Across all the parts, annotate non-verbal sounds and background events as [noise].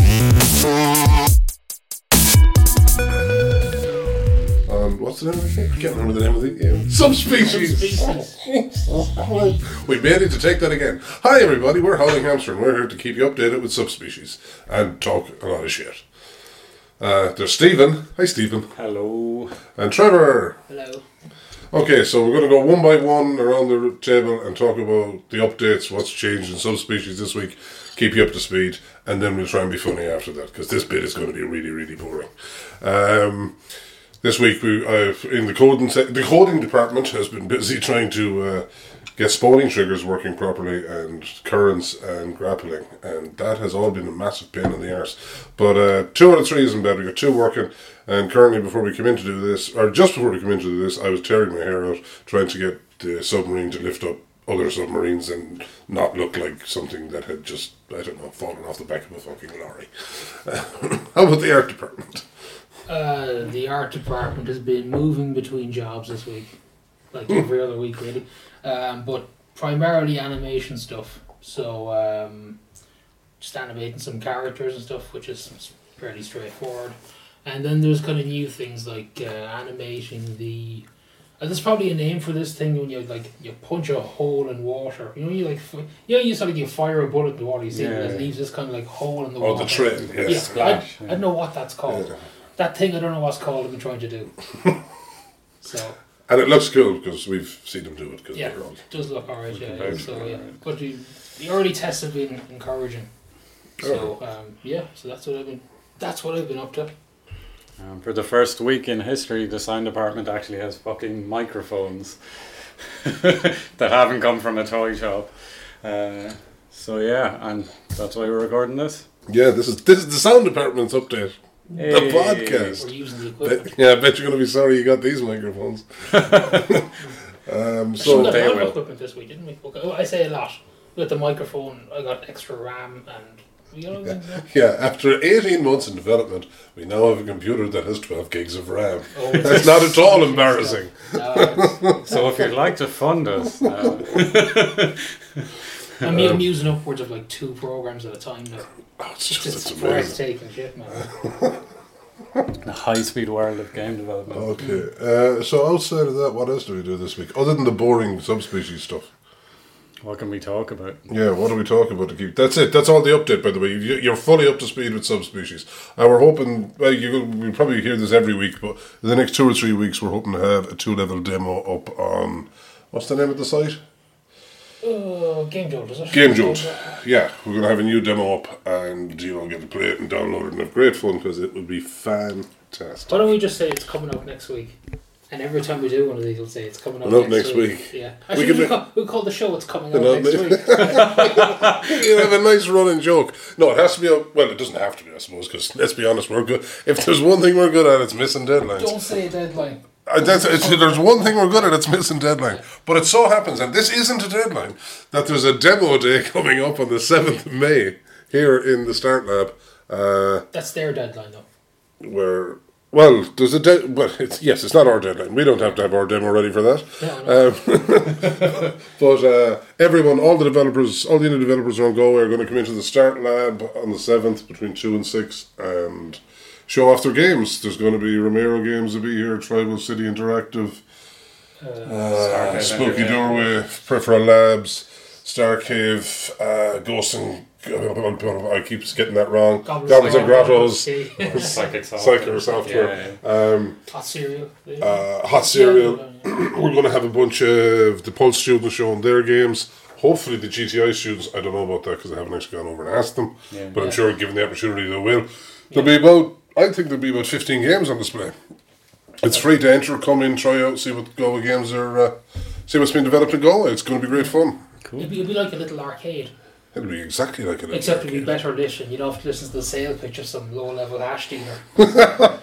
Um, can't remember the name of the yeah. subspecies. [laughs] we managed to take that again. Hi everybody, we're Howling Hamster, and we're here to keep you updated with subspecies and talk a lot of shit. Uh, there's Stephen. Hi Stephen. Hello. And Trevor. Hello. Okay, so we're going to go one by one around the table and talk about the updates, what's changed in subspecies this week, keep you up to speed, and then we'll try and be funny after that because this bit is going to be really, really boring. Um, this week, we uh, in the coding se- the coding department has been busy [laughs] trying to uh, get spawning triggers working properly and currents and grappling, and that has all been a massive pain in the arse. But uh, two out of three isn't bad. We got two working, and currently, before we came in to do this, or just before we came in to do this, I was tearing my hair out trying to get the submarine to lift up other submarines and not look like something that had just I don't know fallen off the back of a fucking lorry. [laughs] How about the art department? Uh, the art department has been moving between jobs this week, like every other week, really. Um, but primarily animation stuff. So um, just animating some characters and stuff, which is fairly straightforward. And then there's kind of new things like uh, animating the. Uh, there's probably a name for this thing when you like you punch a hole in water. You know you like fi- you know you sort of you fire a bullet in the water. You see Yeah. it leaves this kind of like hole in the Oh, water. the trail. Yeah, Yes. Splash, I, yeah. I don't know what that's called. That thing I don't know what's called. I've been trying to [laughs] do. so And it looks cool because we've seen them do it. Cause yeah, they're all- it does look alright. Yeah, vouch yeah, so for yeah, that. but the, the early tests have been encouraging. So um, yeah, so that's what I've been. That's what I've been up to. Um, for the first week in history, the sound department actually has fucking microphones [laughs] that haven't come from a toy shop. Uh, so yeah, and that's why we're recording this. Yeah, this is this is the sound department's update. The Hey. podcast. We're using the equipment. Bet- yeah, I bet you're gonna be sorry you got these microphones. um, So so we got they a lot of will. equipment this week, didn't we? Okay. Oh, I say a lot. We got the microphone. I got extra RAM, and we got other things. there. yeah, after 18 months in development, we now have a computer that has 12 gigs of RAM. [laughs] Oh, That's not at all embarrassing. No, So if you'd like to fund us, [laughs] uh, it's- I Um, mean, I'm using upwards of like two programs at a time [laughs] now. Oh, it's just it's It's amazing. breathtaking shit, man. the high-speed world of game development. Okay, uh, so outside of that, what else do we do this week other than the boring subspecies stuff? What can we talk about? Yeah, what are we talking about to keep? That's it. That's all the update, by the way. You- You're fully up to speed with subspecies. And we're hoping, well, you we probably hear this every week, but in the next two or three weeks, we're hoping to have a two level demo up on, what's the name of the site? Oh, Game Jolt, is it? Game Jolt. Yeah, we're going to have a new demo up and you'll all get to play it and download it and have great fun because it would be fantastic. Why don't we just say it's coming up next week? And every time we do one of these, we'll say it's coming up Coming up next, next week. week. Yeah. We Actually, could we, make- call, we call the show It's Coming Up Coming Up Next Week. Next- [laughs] you have a nice running joke. No, it has to be. A, well, it doesn't have to be, I suppose. Because let's be honest, we're good. If there's one thing we're good at, it's missing deadlines. Don't say a deadline. Uh, That's, it's, there's one thing we're good at, it's missing deadline. But it so happens, and this isn't a deadline, that there's a demo day [laughs] coming up on the seventh of May here in the Start Lab, uh, That's their deadline, though. where. Well, there's a de- well. It's yes, it's not our deadline. We don't have to have our demo ready for that. No, no. [laughs] But uh, everyone, all the developers, all the indie developers around Galway are going to come into the Start Lab on the 7th between 2 and 6 and show off their games. There's going to be Romero Games will be here, Tribal City Interactive, uh, Starcade Spooky Entertainment. Doorway, Peripheral Labs, Star Cave, uh, Ghost and... [laughs] I keep getting that wrong. Goblins, and Grottos, Okay. [laughs] Psychic software. Psycho Software. Yeah. Hot cereal. uh, Hot Cereal. [clears throat] We're going to have a bunch of the Pulse students showing their games. Hopefully, the GTI students, I don't know about that because I haven't actually gone over and asked them, Yeah. but I'm sure given the opportunity, they will. There'll be about, I think there'll be about 15 games on display. It's free to enter, come in, try out, see what Goa games are, uh, see what's been developed in Goa. It's going to be great fun. It'd be, it'd be like a little arcade, It'll be exactly like it is. except it'd be better lit, and you'd have to listen to the sale pitch of some low-level hash dealer. But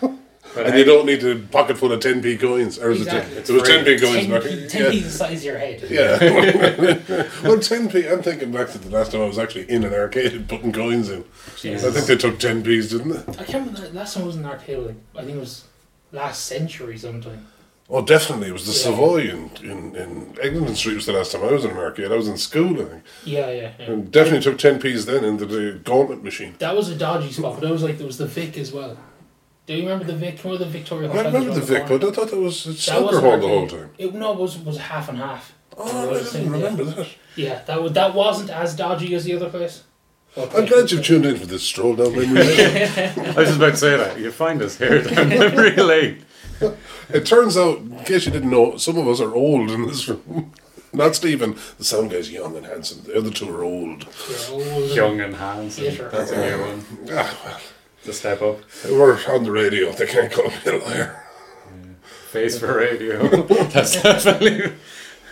And hey, you don't need a pocket full of 10p coins. Or is Exactly. it, 10, it was It's free. 10p coins Ten, back ten yeah. pieces the size of your head. Yeah. [laughs] [laughs] well, 10p, I'm thinking back to the last time I was actually in an arcade and putting coins in. I Jesus. think they took 10p's, didn't they? I can't remember, the last time I was in an arcade, like, I think it was last century sometime. Oh, definitely. It was the Yeah. Savoy in, in, in Eglinton Street was the last time I was in an arcade. I was in school, I think. Yeah, yeah, yeah. And definitely took 10p's then into the gauntlet machine. That was a dodgy spot, but that was like there was the Vic as well. Do you remember the Vic? Remember the Victoria? I Hotel remember the around Vic, corner? but I thought that was it's That soccer wasn't hall our the thing. whole time. It no, it was it was half and half. It Oh, I was the same didn't day. remember that. Yeah, that was that wasn't as dodgy as the other place. But- I'm glad you've tuned in for this stroll down memory lane. I was just about to say that. You find us here [laughs] down memory lane. It turns out, in case you didn't know, some of us are old in this room. [laughs] Not Stephen, the sound guy's young and handsome. The other two are old. You're old and- Young and handsome. Yeah, sure. That's a new one. Ah, well, The step up. we're on the radio. They can't call me a liar. Face for [laughs] radio. That's definitely.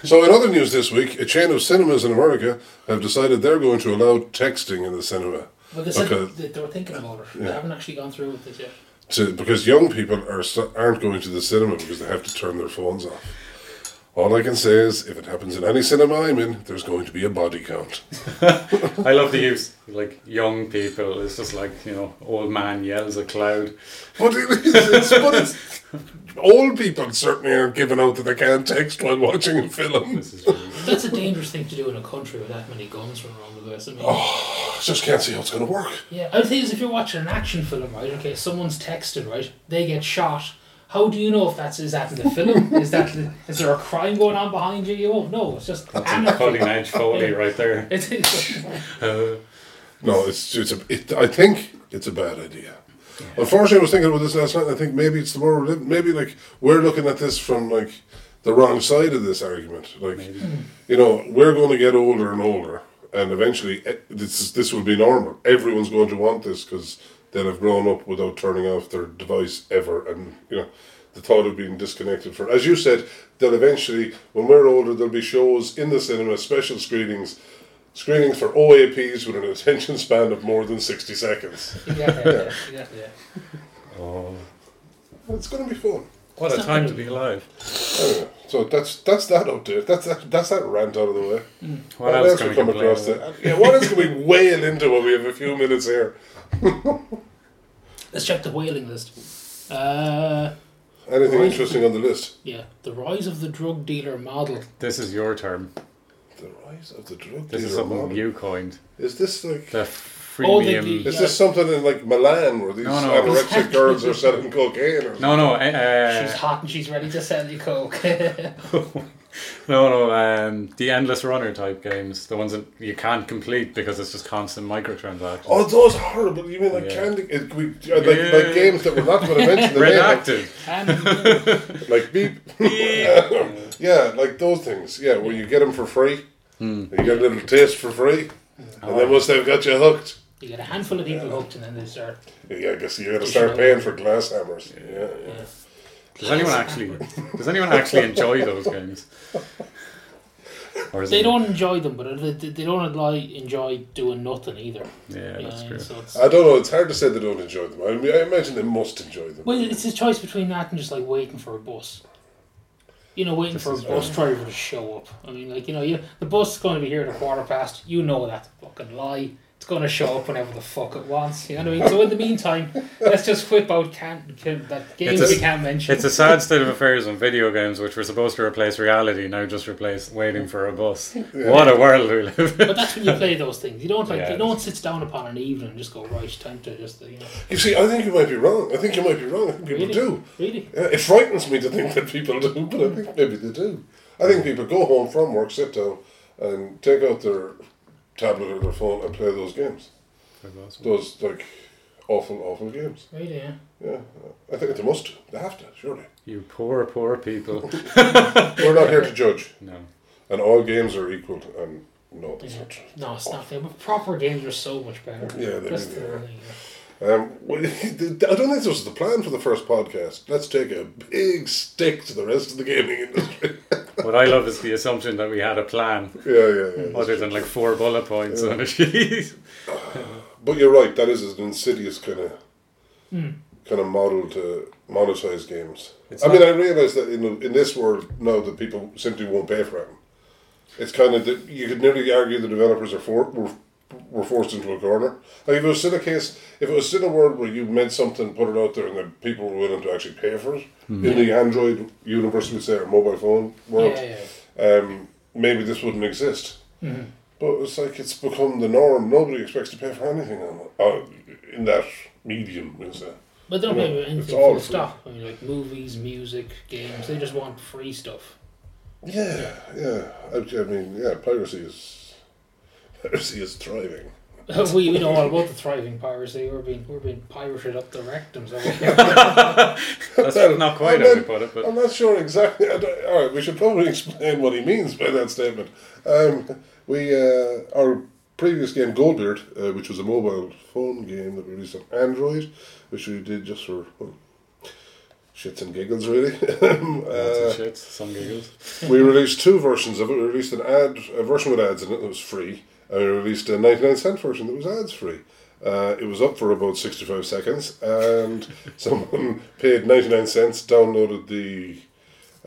So, in other news this week, a chain of cinemas in America have decided they're going to allow texting in the cinema Well, they said Okay. they, they were thinking about it. They haven't actually gone through with it yet. to, because young people are st- aren't going to the cinema because they have to turn their phones off. All I can say is, if it happens in any cinema I'm in, there's going to be a body count. I love the use. Like young people. It's just like you know, old man yells a cloud. But it is, it's, but it's, old people certainly aren't giving out that they can't text while watching a film. This is really- But that's a dangerous thing to do in a country with that many guns running around the place. I mean, Oh, I just can't see how it's going to work. yeah. I think is if you're watching an action film, right? Okay, someone's texted, right? They get shot. How do you know if that's is that in the film? is that is there a crime going on behind you? You won't know. It's just [laughs] anarchy. Cutting edge Foley right there. It is. Uh, No, it's it's a, it, I think it's a bad idea. Unfortunately, I was thinking about this last night. and I think maybe it's the more we're living- maybe like we're looking at this from like the wrong side of this argument. Like, you know, we're going to get older and older, and eventually eh, this is, this will be normal. Everyone's going to want this because they'll have grown up without turning off their device ever, and you know. The thought of being disconnected for, as you said, that eventually, when we're older, there'll be shows in the cinema, special screenings, Screenings for OAPs with an attention span of more than 60 seconds. Exactly. Yeah, exactly. Yeah. oh, It's going to be fun. what a time to be alive. Anyway, so that's that's that update. That's that, that's that rant out of the way. What, else we can we complain across? about? That? Yeah, what else can we wail into when we have a few minutes here? Let's check the whaling list. Uh, Anything Right. interesting on the list? yeah, the rise of the drug dealer model. This is your term. The rise of the drug This is dealer something model. you coined. Is this like? The Oh, the- freemium. Is yeah. this something in like Milan where these No, no. [laughs] anorexic girls are selling cocaine? Or No, no, uh, She's uh, hot and she's ready to sell you coke. [laughs] no, no. Um, the endless runner type games, the ones that you can't complete because it's just constant microtransactions. Oh, those horrible! You mean like Yeah. candy? uh, We, uh, like, like Yeah. games that we're not going to mention [laughs] the Red name. of. [laughs] active. and, Like beep. yeah, like those things. Yeah, where you get them for free. You get a little taste for free, and then once they've got you hooked, you get a handful of people hooked and then they start. yeah, I guess you got to You start should- paying for glass hammers. Yeah, yeah. Yeah. Does anyone actually? Does anyone actually enjoy those games? Or is They it- don't enjoy them, but they, they don't enjoy, enjoy doing nothing either. Yeah, that's Yeah, true. so it's, I don't know. It's hard to say they don't enjoy them. I mean, I imagine they must enjoy them. well, it's a choice between that and just like waiting for a bus. You know, waiting for a is bus driver to show up. I mean, like you know, you, the bus is going to be here at a quarter past. You know that's a fucking lie. It's going to show up whenever the fuck it wants. You know what I mean? So in the meantime, let's just whip out can, can that games It's a- we can't mention. It's a sad state of affairs in video games, which were supposed to replace reality, now just replace waiting for a bus. What a world we live in. But that's when you play those things. You don't like. Yeah. no one sits down upon an evening and just go right. Time to just you know. You see, I think you might be wrong. I think you might be wrong. I think people Really? do. Really? Yeah, it frightens me to think that people do, [laughs] but I think maybe they do. I think people go home from work, sit down, and take out their tablet or their phone and play those games. Those like awful, awful games. Really? Yeah. Yeah, I think they must. They have to, surely. You poor, poor people. We're not here to judge, No. and all games are equal. And no, that's not true. No, it's not fair. But proper games are so much better. Yeah, they That's really the are. thing, Um, well, [laughs] I don't think this was the plan for the first podcast. Let's take a big stick to the rest of the gaming industry. [laughs] What I love is the assumption that we had a plan, yeah, yeah, yeah. other than like four bullet points on a sheet. But you're right. That is an insidious kind of Hmm. kind of model to monetize games. It's I not- mean, I realize that in in this world now that people simply won't pay for them. It's kind of that you could nearly argue the developers are for were, were forced into a corner. Like if it was still a case, if it was still a world where you made something, put it out there, and then people were willing to actually pay for it Hmm. in the Android universe, we say, or mobile phone yeah. world Yeah, yeah. um, maybe this wouldn't exist. Mm-hmm. But it's like it's become the norm. Nobody expects to pay for anything on, uh, in that Oh, medium, is it? But they don't No, pay anything it's all full free. stop. I mean, like movies, music, games. They just want free stuff. [laughs] Yeah, yeah. I, I mean, yeah, piracy is [laughs] piracy is thriving. we, we know all about the thriving piracy. We're being we're being pirated up the rectums. [laughs] That's not quite how we put it, but I'm not sure exactly. I don't- All right, we should probably [laughs] explain what he means by that statement. Um, we uh, our previous game Goldbeard, uh, which was a mobile phone game that we released on Android, which we did just for well, shits and giggles, really. [laughs] Um, lots uh, of shit, some giggles. we released two versions of it. We released an ad, a version with ads in it that was free, and we released a 99 cent version that was ads free. Uh, it was up for about 65 seconds, and someone paid 99 cents, downloaded the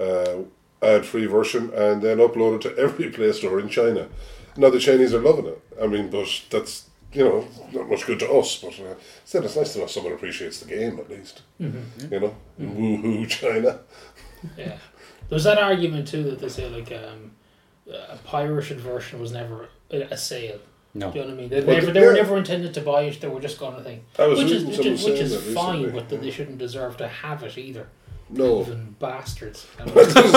uh, ad free version, and then uploaded to every Play Store in China. Now, the Chinese are loving it. I mean, but that's, you know, not much good to us, but uh, still, it's nice to know someone appreciates the game at least. You know, woohoo, China. Yeah, there's that argument too that they say like um, a pirated version was never a, a sale. No. Do you know what I mean? They, Well, never, they were yeah. never intended to buy it. They were just going to think, I was which is reading which someone is, which saying is that recently. fine, but that they shouldn't deserve to have it either. No. Even [laughs] bastards.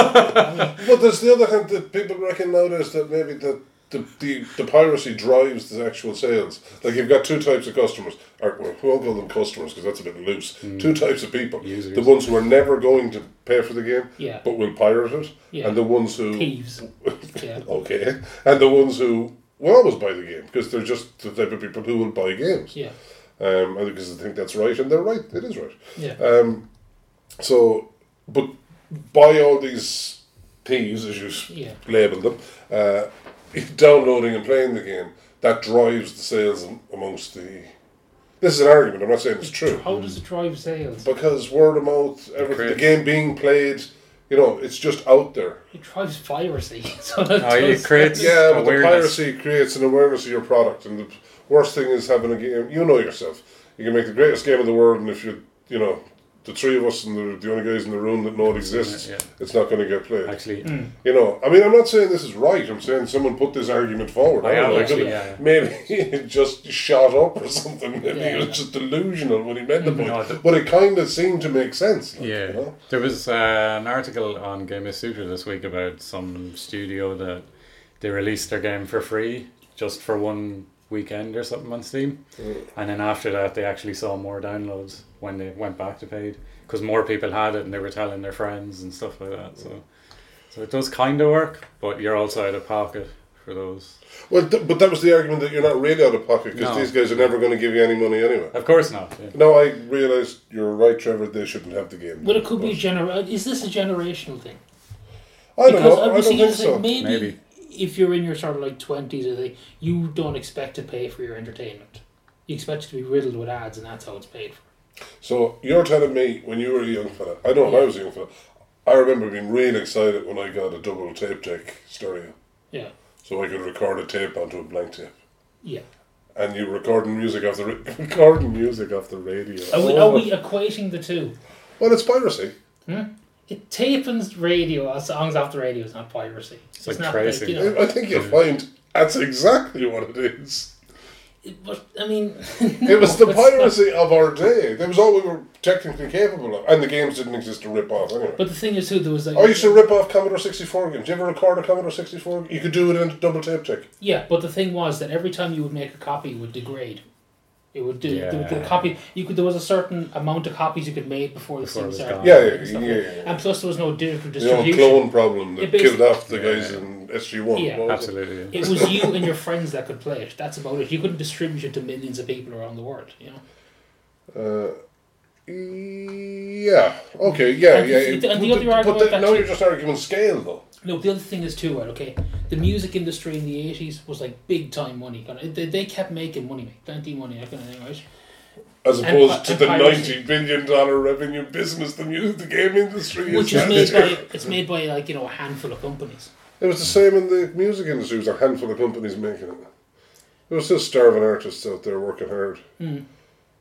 But there's the other hand that people reckon nowadays that maybe the the, the, the piracy drives the actual sales. Like you've got two types of customers, or well, we won't call them customers because that's a bit loose. Two types of people: Users. the ones who are never going to pay for the game, Yeah. but will pirate it, Yeah. and the ones who Thieves. [laughs] Yeah. okay, and the ones who will always buy the game because they're just the type of people who will buy games. Yeah. Um, and because they think that's right, and they're right. It is right. Yeah. Um, so, but by all these thieves, as you s Yeah. label them, uh, downloading and playing the game, that drives the sales am- amongst the. This is an argument. I'm not saying it's true How does it drive sales? because word of mouth, everything, the Correct. game being played, you know, it's just out there. It drives piracy. [laughs] So that Oh, it does- creates- Yeah, but the Awareness. piracy creates an awareness of your product, and the worst thing is having a game. You know yourself. You can make the greatest game in the world, and if you, you know, the three of us and the, the only guys in the room that know it exists, Yeah. it's not going to get played. Actually, Hmm. You know, I mean, I'm not saying this is right. I'm saying someone put this argument forward. I don't am know, Oh, actually, could've- yeah. Maybe [laughs] he just shot up or something. Maybe Yeah, he was yeah. just delusional when he made the point. Mm, No, the- but it kind of seemed to make sense. like, Yeah, You know? there was uh, an article on Game of Sutra this week about some studio that they released their game for free just for one weekend or something on Steam, and then after that they actually saw more downloads when they went back to paid because more people had it and they were telling their friends and stuff like that. So, so it does kind of work, but you're also out of pocket for those. Well, th- but that was the argument that you're not really out of pocket because No. these guys are never going to give you any money anyway. Of course not. Yeah. No, I realised you're right, Trevor. They shouldn't have the game. But it could be gener. Is this a generational thing? I don't because know. I obviously don't think it's like so. maybe, Maybe. if you're in your sort of like twenties, or they you don't expect to pay for your entertainment. You expect it to be riddled with ads, and that's how it's paid for. So you're telling me when you were a young fella. I know when I was a young fella. I remember being really excited when I got a double tape deck stereo, Yeah, so I could record a tape onto a blank tape. yeah. And you recording music off the ra- [laughs] recording music off the radio. Are we, Oh. are we equating the two? Well, it's piracy. It tapings radio uh, songs off the radio is not piracy. It's, like not tracing. Like, you know, I I think you'll find that's exactly what it is. it- but I mean, [laughs] It was the no, it's not. piracy of our day. That was all we were technically capable of, and the games didn't exist to rip off anyway. But the thing is, too, there was like I used to rip off Commodore 64 games. Did you ever record a Commodore 64? You could do it in a double tape deck. Yeah, but the thing was that every time you would make a copy, it would degrade. It would do the, the Yeah. copy. You could there was a certain amount of copies you could make before the Before it thing was started. gone. Yeah, yeah, and yeah. stuff yeah, like yeah. that. And plus, there was no digital The old distribution. clone problem that It basi- killed off the guys Yeah. in SG1. Yeah. What was it? Absolutely. yeah. It was you and your friends that could play it. That's about it. You couldn't distribute it to millions of people around the world. You know. Yeah. Okay. Yeah. And yeah. the- and the but other argument but the, that now you- you're just arguing scale, though. No, the other thing is too right. Okay, the music industry in the eighties was like big time money. kind of- They, they kept making money, like plenty of money, that kind of thing, right? As And opposed pi- to and the piracy. ninety billion dollar revenue business the music, the game industry Which is. [laughs] is made by it's made by like you know a handful of companies. It was the same in the music industry. It was a handful of companies making it. There was just starving artists out there working hard. Hmm.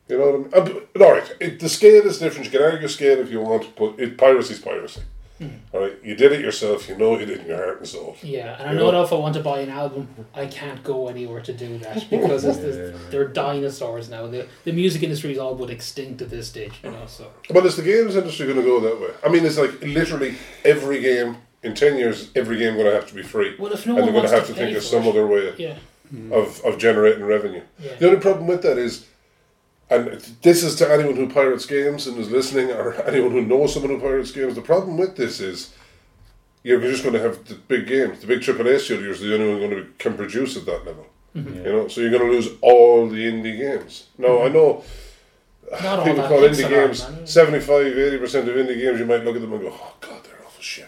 You know what I mean? Uh, but- All right, it, the scale is different. You can argue scale if you want, but it, piracy's piracy. Hmm. All right, you did it yourself. You know you did in your heart and soul. Yeah, and I Yeah. know that if I want to buy an album, I can't go anywhere to do that because it's the, Yeah. they're dinosaurs now. The, the music industry is all but extinct at this stage, you know. So But is the games industry going to go that way? I mean, it's like literally every game in ten years, every game going to have to be free, well, if no and one they're going wants to have to to pay think of for some it, other way yeah, of, of generating revenue. yeah, The only problem with that is, and this is to anyone who pirates games and is listening, or [laughs] anyone who knows someone who pirates games. The problem with this is, you're just going to have the big games, the big AAA studios, are the only one going to can produce at that level. Mm-hmm. You know, so you're going to lose all the indie games. Now I know not all people that call it's indie a lot, games man. 75 80 percent of indie games you might look at them and go oh god they're awful shit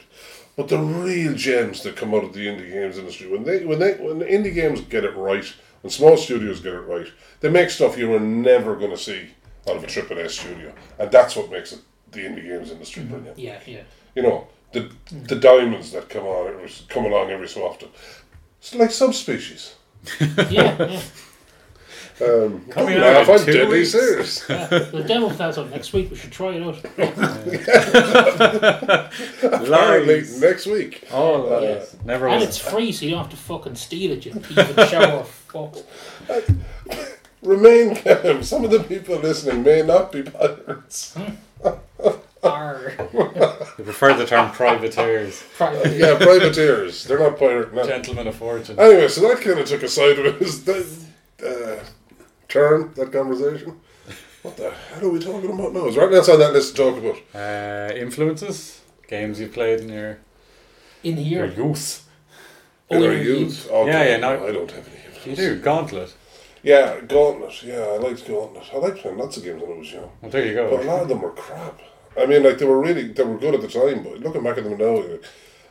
but the real gems that come out of the indie games industry when they when they when the indie games get it right when small studios get it right they make stuff you were never going to see out of a triple S studio and that's what makes it the indie games industry brilliant Yeah, yeah, you know the the diamonds that come on every, come along every so often it's like subspecies yeah, yeah. um, Coming don't out laugh, in I'm two deadly weeks. serious [laughs] yeah. The demo for that's on next week. We should try it out. [laughs] apparently Lies. next week Oh, lies. Never And was. it's free, so you don't have to fucking steal it. You even shower fuck. Remain calm. Some of the people listening may not be pirates. Arr. You prefer the term privateers. Probably. [laughs] Yeah, privateers. They're not pirate men. Gentlemen of fortune. Anyway, so that kind of took a sideways [laughs] uh, turn, that conversation. What the hell are we talking about now? Is there anything else on that list to talk about? Uh, influences? Games you played in your, In your here. youth. Oh, Or yeah, youth? Oh, Yeah, God, yeah, no, no. I don't have any influence. You do, Gauntlet. Yeah, Gauntlet. Yeah, I liked Gauntlet. I liked playing lots of games when I was young. Well, there you But a go. lot of them were crap. I mean, like they were really they were good at the time, but looking back at them now, uh,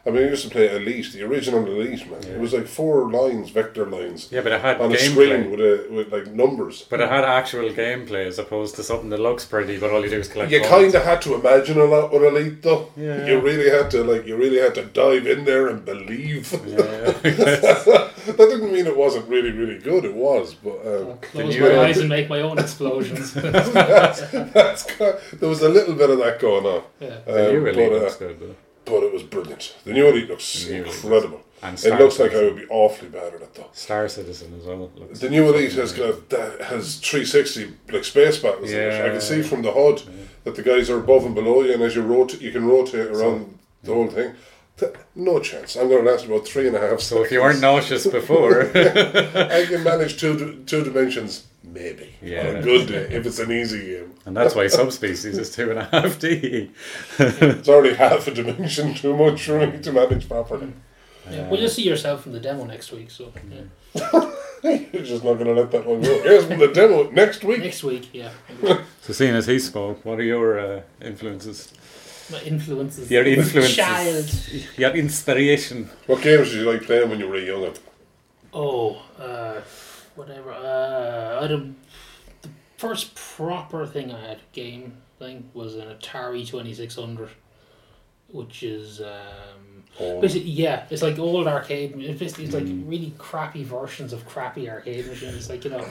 I mean, I used to play Elite, the original Elite, man. It was like four lines, vector lines, Yeah, but it had on a gameplay. screen with a with like numbers. But it had actual gameplay as opposed to something that looks pretty, but all you do is collect You coins. kind of had to imagine a lot with Elite, though. Yeah. You really had to like you really had to dive in there and believe. [laughs] [laughs] Yeah. that didn't mean it wasn't really really good. It was, but. Um, [laughs] I'll Close you, my uh, eyes and make my own [laughs] explosions. [laughs] that's kind there was a little bit of that going on. Yeah. The Um, new Elite but, uh, looks good, though. but it was brilliant. The new Elite looks The new Elite incredible. And It Star looks like I Citizen. would be awfully bad at it though. Star Citizen as well. it looks- The new Elite has got that has 360 like space battles. in it. I Yeah. can see from the HUD that the guys are above and below you, and as you rotate, you can rotate around the whole thing. Th- No chance. I'm going to last about three and a half. So if you [laughs] weren't nauseous before, [laughs] I can manage two two dimensions, maybe Yeah. on a good day if it's an easy game. and that's why subspecies is two and a half D. It's already [laughs] half a dimension too much for me to manage properly. [laughs] Yeah. Well, you'll see yourself in the demo next week. So yeah. You're just not going to let that one go. Here's the demo next week. next week, yeah, So seeing as he spoke, what are your uh, influences? my influences. Your influences. Child. Your inspiration. What games did you like playing when you were younger? Oh, uh, whatever. Uh, I don't, the first proper thing I had game thing was an Atari Twenty Six Hundred, which is um, Oh, basically yeah, it's like old arcade. It's basically it's like really crappy versions of crappy arcade machines. It's like you know.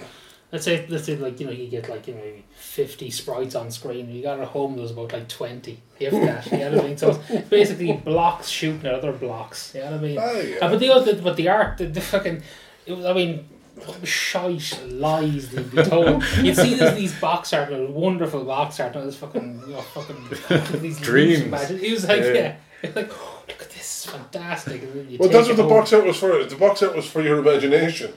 Let's say, let's say, like you know, you get like you know, maybe fifty sprites on screen. You got at home there's about like twenty, if that. You know what I mean? So it's basically blocks shooting at other blocks. You know what I mean? Ah, yeah. Uh, but the other, but the art, the, the fucking, it was, I mean, shite lies they'd [laughs] be told. You'd see this, these box art, a wonderful box art, and this fucking, you [laughs] know, fucking these Dreams. leaves imagine- It was like, Yeah. yeah, It's like, oh, look at this, it's fantastic. And then you Well, take that's it what the home. box set was for. The box set was for your imagination.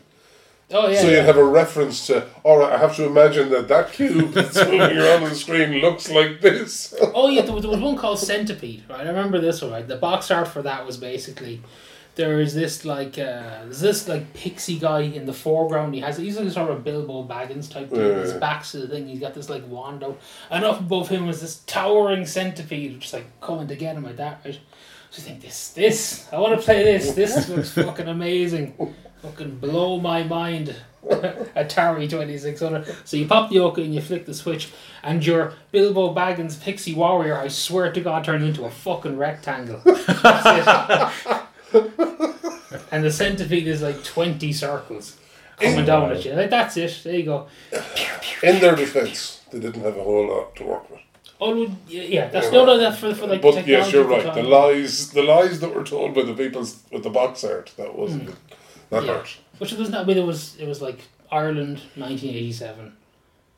Oh yeah. So you'd have a reference to, all right, I have to imagine that that cube [laughs] that's moving around on the screen looks like this. [laughs] Oh yeah, there was, there was one called Centipede, right? I remember this one. Right? The box art for that was basically there is this like uh, there's this like pixie guy in the foreground. He has he's like sort of Bilbo Baggins type thing. His Yeah. back's to the thing. He's got this like wand out, and up above him was this towering centipede, which is like coming to get him like that, right? So you think this, this, I want to play this. This looks fucking amazing. Fucking blow my mind. [laughs] Atari 2600. So you pop the yoke and you flick the switch, and your Bilbo Baggins Pixie Warrior, I swear to God, turned into a fucking rectangle. [laughs] That's it. and the centipede is like 20 circles coming down at you. Like, that's it. There you go. In their defense, they didn't have a whole lot to work with. Oh, well, yeah, yeah, that's Yeah, no, right. no, that's for, for like but yes, you're right. technology at The time. lies, the lies that were told by the people s- with the box art, that wasn't good. That Hmm. Yeah. hurt. Which it was not. I mean, it was it was like Ireland, nineteen eighty seven.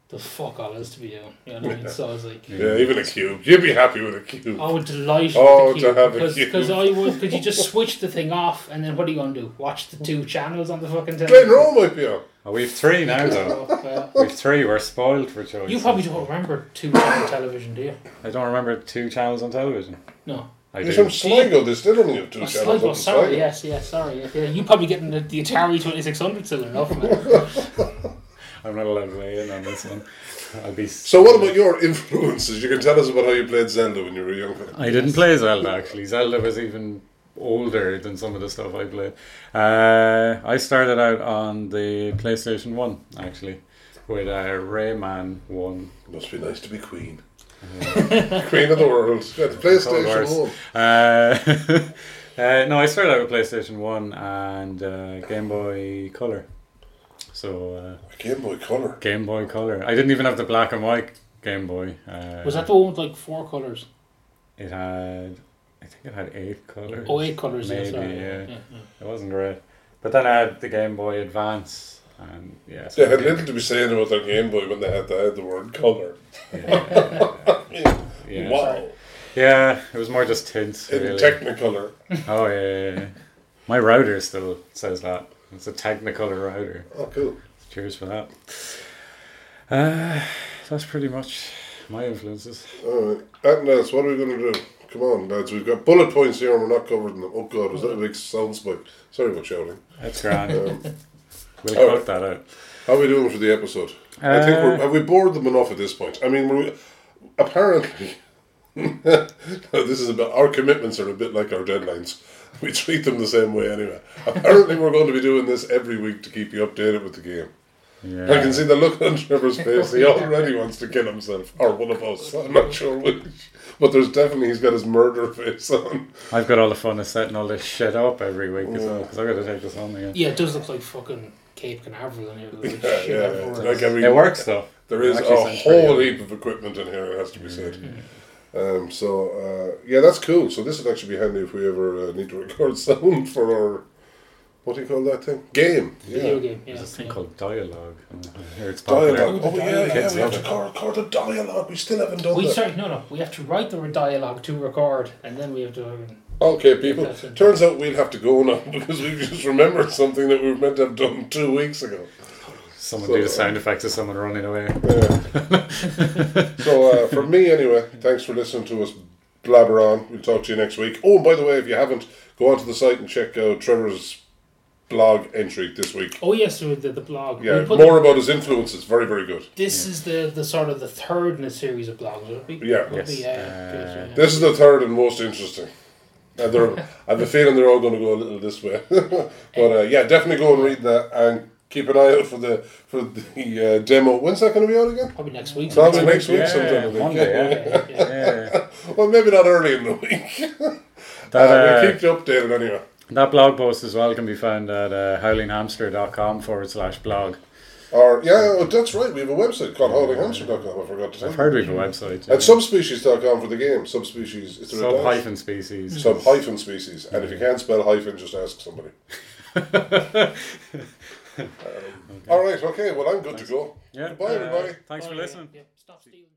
The fuck all is to be doing. You know what I mean? Yeah. So I was like, Yeah, even a cube. You'd be happy with a cube. I would delight Oh, with to the cube have a because cube. because I would because you just switch the thing off and then what are you gonna do? Watch the two channels on the fucking Glen television. Rowe might be on. Oh, we've three now, [laughs] though. Uh, We've three. We're spoiled for choice. you probably don't remember two channel television, do you? I don't remember two channels on television. No. I He's from do. Sligo. They still only have two Oh, channels. Sligo, up in sorry, Sligo. yes, yes, sorry. Yeah, you probably getting the, the Atari twenty six hundred soon enough. man. [laughs] I'm not allowed to weigh in on this one. I'll [laughs] be. So, what about your influences? You can tell us about how you played Zelda when you were a young fella. I didn't play Zelda actually. Zelda was even older than some of the stuff I played. Uh, I started out on the PlayStation One actually, with uh, Rayman One. Must be nice to be queen. [laughs] queen of the world. Yeah, the PlayStation course. 1. Uh, [laughs] uh, no, I started out with PlayStation One and uh, Game Boy Color. So uh, Game Boy Color. Game Boy Color. I didn't even have the black and white Game Boy. Uh, Was that the one with like four colours? It had, I think it had eight colors. Oh eight colours, yeah, Maybe, sorry. yeah. yeah, yeah. It wasn't great. But then I had the Game Boy Advance, and yeah, so They had I did- little to be saying about their Game Boy when they had, they had the word color. yeah. wow. Yeah, it was more just tints. In Really. Technicolor. oh yeah, yeah, yeah. my router still says that. It's a Technicolor router. Oh, cool. Cheers for that. Uh, that's pretty much my influences. Alright. And lads, what are we going to do? Come on, lads. We've got bullet points here and we're not covering them. Oh, God. Was that a big sound spike? Sorry about shouting. [laughs] That's grand. Um, we'll all cut that out. How are we doing for the episode? I think we're, Uh, have we bored them enough at this point? I mean, we apparently, [laughs] No, this is about our commitments are a bit like our deadlines. [laughs] We treat them the same way anyway. Apparently, we're going to be doing this every week to keep you updated with the game. Yeah. I can see the look on Trevor's face. He already wants to kill himself, or one of us. I'm not sure which, but there's definitely he's got his murder face on. I've got all the fun of setting all this shit up every week as well because I've got to take this home again. Yeah, it does look like fucking Cape Canaveral in here. There's like Yeah, shit yeah, yeah. everywhere. Like every It works though. There is It actually a sounds pretty whole good. heap of equipment in here, it has to be said. Um, so, uh, yeah, that's cool. So, this would actually be handy if we ever uh, need to record [laughs] sound for our, what do you call that thing? Game. Video Yeah. game. Yeah, There's this thing yeah. called dialogue. I hear it's popular. Dialogue. Oh, Ooh, the yeah, yeah, dialogue. we have to record, record a dialogue. We still haven't done We that. sorry, no, no. We have to write the dialogue to record, and then we have to. um, Okay, people. That's it. Turns out we'll have to go now [laughs] because we've just remembered something that we were meant to have done two weeks ago. Someone So, do the uh, sound effects of someone running away. Yeah. so uh, for me anyway, thanks for listening to us blabber on. We'll talk to you next week. Oh, and by the way, if you haven't, go onto the site and check out Trevor's blog entry this week. Oh yes, so the, the blog. Yeah, We put more about his influences. Very, very good. this is the, the sort of the third in a series of blogs. Would it be? Yeah. Would it be, Yes. yeah, Uh, good, yeah. This is the third and most interesting. And they're, I have a feeling they're all going to go a little this way. [laughs] but uh, yeah, definitely go and read that and keep an eye out for the for the uh, demo. When's that going to be out again? Probably next week. Probably next week Yeah, sometime. I think. Monday, yeah. Yeah, yeah. [laughs] yeah. Well, maybe not early in the week. [laughs] That, Uh, uh, we'll keep you updated anyway. that blog post as well can be found at uh, howlinghamster.com forward slash blog. Or yeah, oh, that's right. We have a website called howlinghamster.com. I forgot to tell I've you. heard we've a website. And subspecies.com for the game. Subspecies. Is there a Sub dash? hyphen species. Sub hyphen species. And if you can't spell hyphen, just ask somebody. [laughs] Um, All right. Okay. Well, I'm good to go. Yeah. Goodbye, uh, everybody. Thanks for Yeah, listening. yeah. Stop stealing.